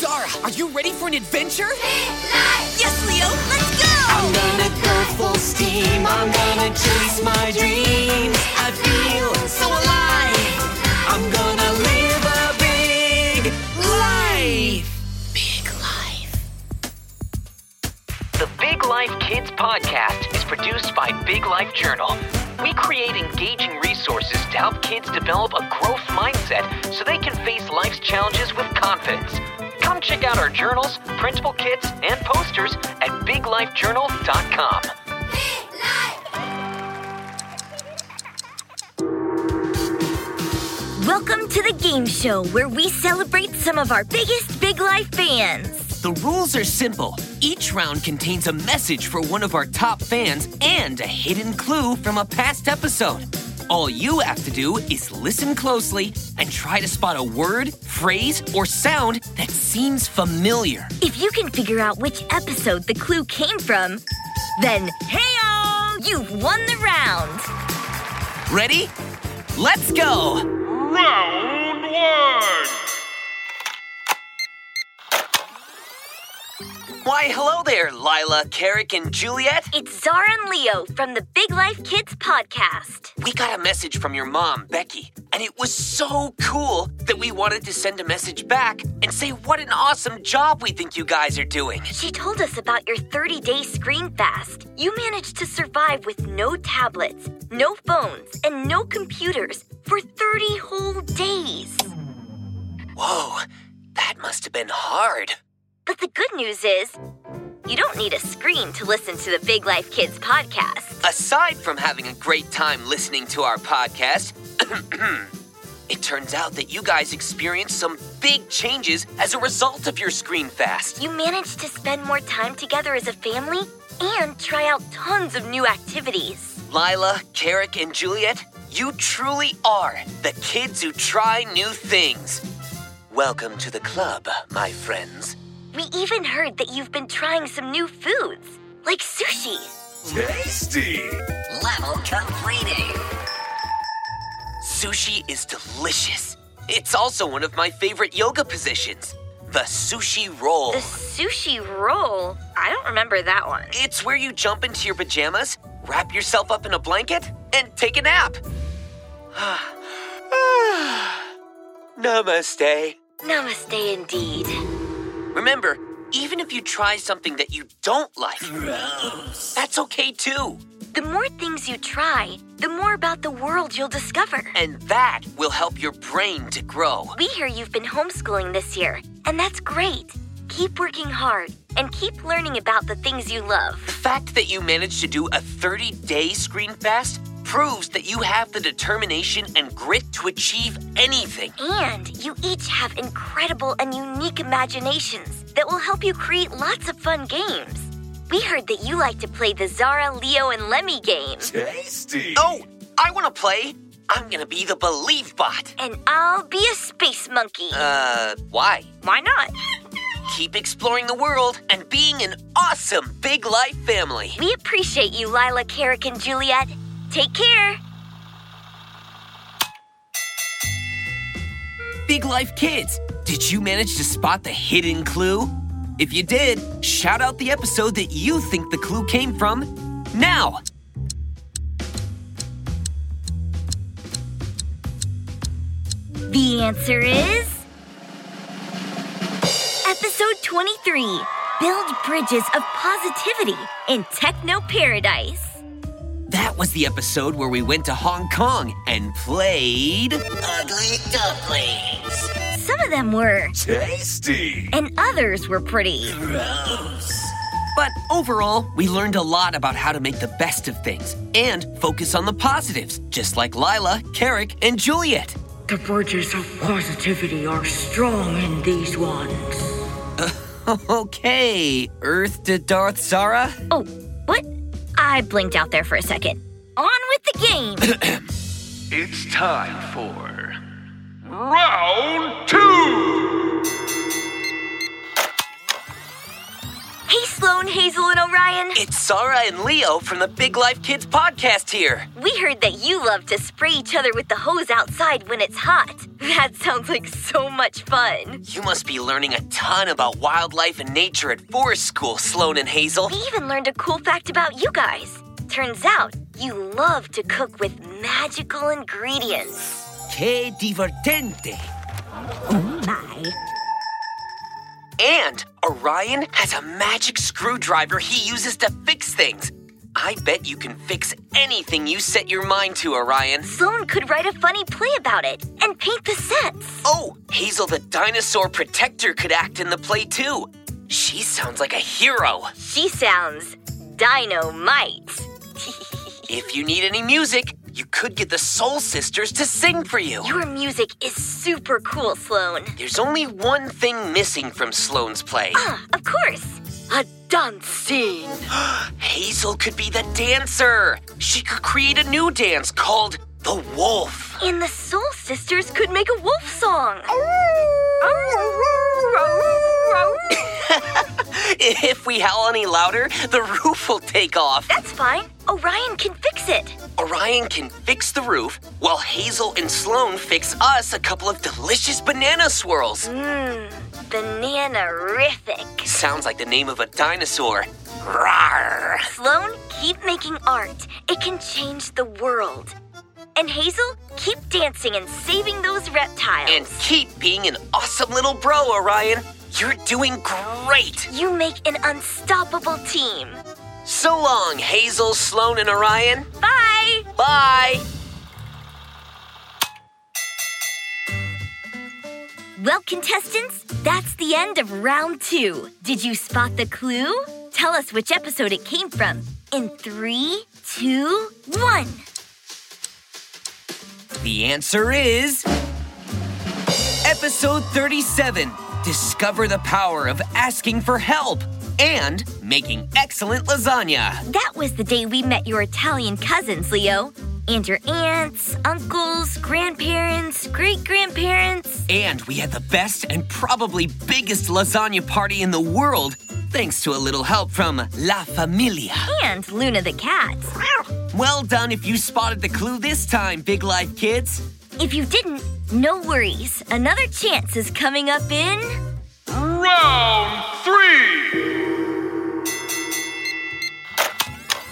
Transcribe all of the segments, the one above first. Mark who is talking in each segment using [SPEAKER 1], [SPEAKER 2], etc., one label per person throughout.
[SPEAKER 1] Zara, are you ready for an adventure?
[SPEAKER 2] Yes, Leo, let's go!
[SPEAKER 3] I'm gonna go full steam. I'm gonna chase my dreams. I feel so alive. I'm gonna live a big life. Big life.
[SPEAKER 4] The Big Life Kids podcast is produced by Big Life Journal. We create engaging resources to help kids develop a growth mindset so they can face life's challenges with confidence. Come check out our journals, printable kits, and posters at biglifejournal.com.
[SPEAKER 2] Welcome to the game show where we celebrate some of our biggest Big Life fans.
[SPEAKER 1] The rules are simple. Each round contains a message for one of our top fans and a hidden clue from a past episode. All you have to do is listen closely and try to spot a word, phrase, or sound that seems familiar.
[SPEAKER 2] If you can figure out which episode the clue came from, then hey you've won the round.
[SPEAKER 1] Ready? Let's go!
[SPEAKER 5] Round one.
[SPEAKER 1] Why, hello there, Lila, Carrick, and Juliet.
[SPEAKER 2] It's Zara and Leo from the Big Life Kids podcast.
[SPEAKER 1] We got a message from your mom, Becky, and it was so cool that we wanted to send a message back and say what an awesome job we think you guys are doing.
[SPEAKER 2] She told us about your 30 day screen fast. You managed to survive with no tablets, no phones, and no computers for 30 whole days.
[SPEAKER 1] Whoa, that must have been hard.
[SPEAKER 2] But the good news is, you don't need a screen to listen to the Big Life Kids podcast.
[SPEAKER 1] Aside from having a great time listening to our podcast, it turns out that you guys experienced some big changes as a result of your screen fast.
[SPEAKER 2] You managed to spend more time together as a family and try out tons of new activities.
[SPEAKER 1] Lila, Carrick, and Juliet, you truly are the kids who try new things. Welcome to the club, my friends.
[SPEAKER 2] We even heard that you've been trying some new foods, like sushi.
[SPEAKER 5] Tasty.
[SPEAKER 3] Level completing.
[SPEAKER 1] Sushi is delicious. It's also one of my favorite yoga positions the sushi roll.
[SPEAKER 2] The sushi roll? I don't remember that one.
[SPEAKER 1] It's where you jump into your pajamas, wrap yourself up in a blanket, and take a nap. Namaste.
[SPEAKER 2] Namaste indeed.
[SPEAKER 1] Remember, even if you try something that you don't like, that's okay too.
[SPEAKER 2] The more things you try, the more about the world you'll discover.
[SPEAKER 1] And that will help your brain to grow.
[SPEAKER 2] We hear you've been homeschooling this year, and that's great. Keep working hard and keep learning about the things you love.
[SPEAKER 1] The fact that you managed to do a 30 day screen fast proves that you have the determination and grit to achieve anything.
[SPEAKER 2] And you each have incredible and unique imaginations that will help you create lots of fun games. We heard that you like to play the Zara, Leo, and Lemmy game.
[SPEAKER 5] Tasty.
[SPEAKER 1] Oh, I want to play. I'm going to be the Believe Bot.
[SPEAKER 2] And I'll be a space monkey.
[SPEAKER 1] Uh, why?
[SPEAKER 2] Why not?
[SPEAKER 1] Keep exploring the world and being an awesome big life family.
[SPEAKER 2] We appreciate you, Lila, Carrick, and Juliet. Take care.
[SPEAKER 1] Big Life Kids, did you manage to spot the hidden clue? If you did, shout out the episode that you think the clue came from now.
[SPEAKER 2] The answer is. Episode 23 Build Bridges of Positivity in Techno Paradise.
[SPEAKER 1] That was the episode where we went to Hong Kong and played.
[SPEAKER 3] Ugly dumplings.
[SPEAKER 2] Some of them were,
[SPEAKER 5] Tasty.
[SPEAKER 2] and others were pretty.
[SPEAKER 3] Gross.
[SPEAKER 1] But overall, we learned a lot about how to make the best of things and focus on the positives, just like Lila, Carrick, and Juliet.
[SPEAKER 6] The bridges of positivity are strong in these ones.
[SPEAKER 1] Okay, Earth to Darth Zara.
[SPEAKER 2] Oh, what? I blinked out there for a second. On with the game!
[SPEAKER 5] It's time for round two.
[SPEAKER 2] hey, Sloan, Hazel, and Brian?
[SPEAKER 1] It's Sara and Leo from the Big Life Kids podcast here.
[SPEAKER 2] We heard that you love to spray each other with the hose outside when it's hot. That sounds like so much fun.
[SPEAKER 1] You must be learning a ton about wildlife and nature at forest school, Sloan and Hazel.
[SPEAKER 2] We even learned a cool fact about you guys. Turns out you love to cook with magical ingredients.
[SPEAKER 1] Que divertente!
[SPEAKER 6] My.
[SPEAKER 1] And Orion has a magic screwdriver he uses to fix things. I bet you can fix anything you set your mind to, Orion.
[SPEAKER 2] Sloan could write a funny play about it and paint the sets.
[SPEAKER 1] Oh, Hazel the dinosaur protector could act in the play too. She sounds like a hero.
[SPEAKER 2] She sounds dynamite.
[SPEAKER 1] If you need any music, you could get the Soul Sisters to sing for you.
[SPEAKER 2] Your music is super cool, Sloan.
[SPEAKER 1] There's only one thing missing from Sloane's play.
[SPEAKER 2] Ah, of course. A dance scene.
[SPEAKER 1] Hazel could be the dancer. She could create a new dance called the Wolf.
[SPEAKER 2] And the Soul Sisters could make a wolf song.
[SPEAKER 1] If we howl any louder, the roof will take off.
[SPEAKER 2] That's fine. Orion can fix it.
[SPEAKER 1] Orion can fix the roof, while Hazel and Sloane fix us a couple of delicious banana swirls.
[SPEAKER 2] Hmm, Bananarific.
[SPEAKER 1] Sounds like the name of a dinosaur. Rawr.
[SPEAKER 2] Sloan, keep making art. It can change the world. And Hazel, keep dancing and saving those reptiles.
[SPEAKER 1] And keep being an awesome little bro, Orion. You're doing great.
[SPEAKER 2] you make an unstoppable team.
[SPEAKER 1] So long, Hazel, Sloan, and Orion.
[SPEAKER 2] Bye!
[SPEAKER 1] Bye.
[SPEAKER 2] Well, contestants, that's the end of round two. Did you spot the clue? Tell us which episode it came from. In three, two, one.
[SPEAKER 1] The answer is Episode 37 Discover the power of asking for help and making excellent lasagna.
[SPEAKER 2] That was the day we met your Italian cousins, Leo. And your aunts, uncles, grandparents, great grandparents.
[SPEAKER 1] And we had the best and probably biggest lasagna party in the world thanks to a little help from La Familia.
[SPEAKER 2] And Luna the cat.
[SPEAKER 1] Well done if you spotted the clue this time, Big Life Kids.
[SPEAKER 2] If you didn't, no worries. Another chance is coming up in.
[SPEAKER 5] Round three.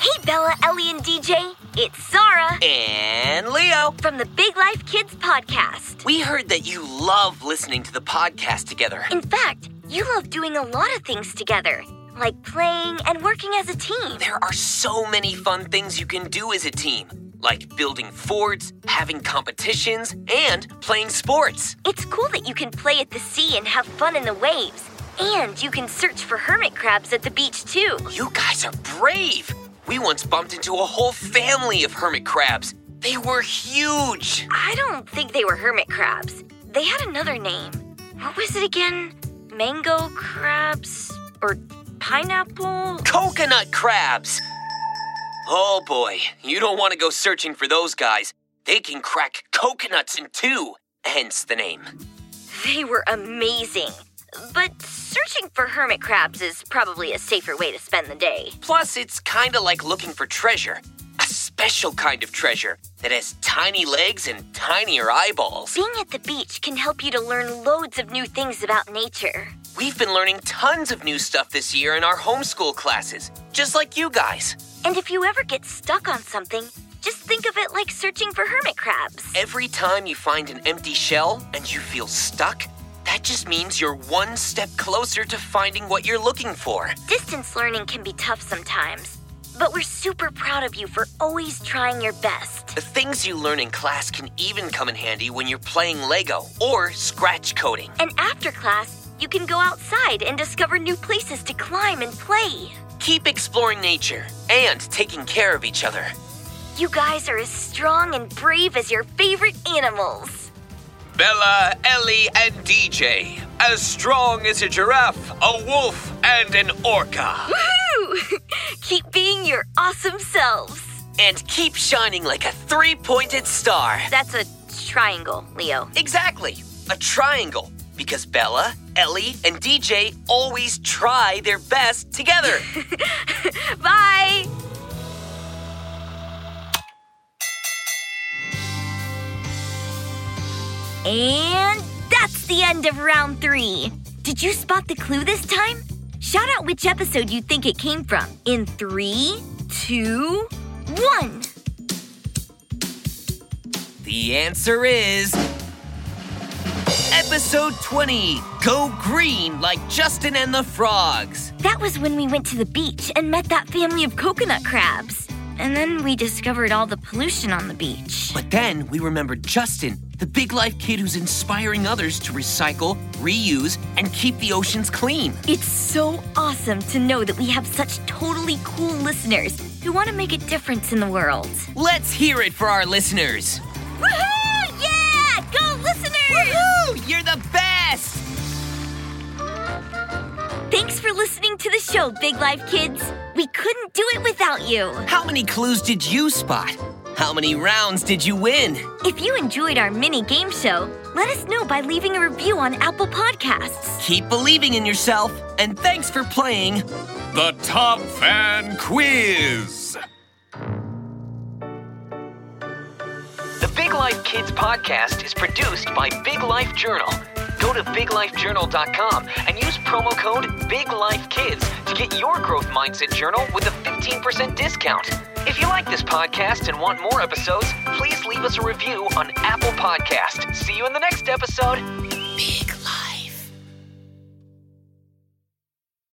[SPEAKER 2] Hey, Bella, Ellie, and DJ. It's Zara
[SPEAKER 1] And Leo.
[SPEAKER 2] from the Big Life Kids podcast.
[SPEAKER 1] We heard that you love listening to the podcast together.
[SPEAKER 2] In fact, you love doing a lot of things together, like playing and working as a team.
[SPEAKER 1] There are so many fun things you can do as a team, like building forts, having competitions, and playing sports.
[SPEAKER 2] It's cool that you can play at the sea and have fun in the waves. And you can search for hermit crabs at the beach too.
[SPEAKER 1] You guys are brave! We once bumped into a whole family of hermit crabs. They were huge!
[SPEAKER 2] I don't think they were hermit crabs. They had another name. What was it again? Mango crabs? Or pineapple?
[SPEAKER 1] Coconut crabs! Oh boy, you don't want to go searching for those guys. They can crack coconuts in two, hence the name.
[SPEAKER 2] They were amazing. But searching for hermit crabs is probably a safer way to spend the day.
[SPEAKER 1] Plus, it's kinda like looking for treasure. A special kind of treasure that has tiny legs and tinier eyeballs.
[SPEAKER 2] Being at the beach can help you to learn loads of new things about nature.
[SPEAKER 1] We've been learning tons of new stuff this year in our homeschool classes, just like you guys.
[SPEAKER 2] And if you ever get stuck on something, just think of it like searching for hermit crabs.
[SPEAKER 1] Every time you find an empty shell and you feel stuck, that just means you're one step closer to finding what you're looking for.
[SPEAKER 2] Distance learning can be tough sometimes, but we're super proud of you for always trying your best.
[SPEAKER 1] The things you learn in class can even come in handy when you're playing Lego or scratch coding.
[SPEAKER 2] And after class, you can go outside and discover new places to climb and play.
[SPEAKER 1] Keep exploring nature and taking care of each other.
[SPEAKER 2] You guys are as strong and brave as your favorite animals.
[SPEAKER 5] Bella, Ellie, and DJ. As strong as a giraffe, a wolf, and an orca.
[SPEAKER 2] Woohoo! Keep being your awesome selves.
[SPEAKER 1] and keep shining like a three pointed star.
[SPEAKER 2] That's a triangle, Leo.
[SPEAKER 1] Exactly, a triangle. because Bella, Ellie, and DJ always try their best together.
[SPEAKER 2] Bye! And that's the end of round three. Did you spot the clue this time? Shout out which episode you think it came from in three, two, one.
[SPEAKER 1] The answer is Episode 20 Go Green Like Justin and the Frogs.
[SPEAKER 2] That was when we went to the beach and met that family of coconut crabs. And then we discovered all the pollution on the beach.
[SPEAKER 1] But then we remembered Justin, the big life kid who's inspiring others to recycle, reuse, and keep the oceans clean.
[SPEAKER 2] It's so awesome to know that we have such totally cool listeners who want to make a difference in the world.
[SPEAKER 1] Let's hear it for our listeners.
[SPEAKER 2] Woohoo! Yeah! Go, listeners!
[SPEAKER 1] Woohoo! You're the best!
[SPEAKER 2] Thanks for listening to the show, Big Life Kids. We couldn't do it without you.
[SPEAKER 1] How many clues did you spot? How many rounds did you win?
[SPEAKER 2] If you enjoyed our mini game show, let us know by leaving a review on Apple Podcasts.
[SPEAKER 1] Keep believing in yourself, and thanks for playing
[SPEAKER 5] The Top Fan Quiz.
[SPEAKER 4] The Big Life Kids podcast is produced by Big Life Journal. Go to biglifejournal.com and use promo code BIGLIFEKIDS to get your growth mindset journal with a 15% discount. If you like this podcast and want more episodes, please leave us a review on Apple Podcast. See you in the next episode. Big Life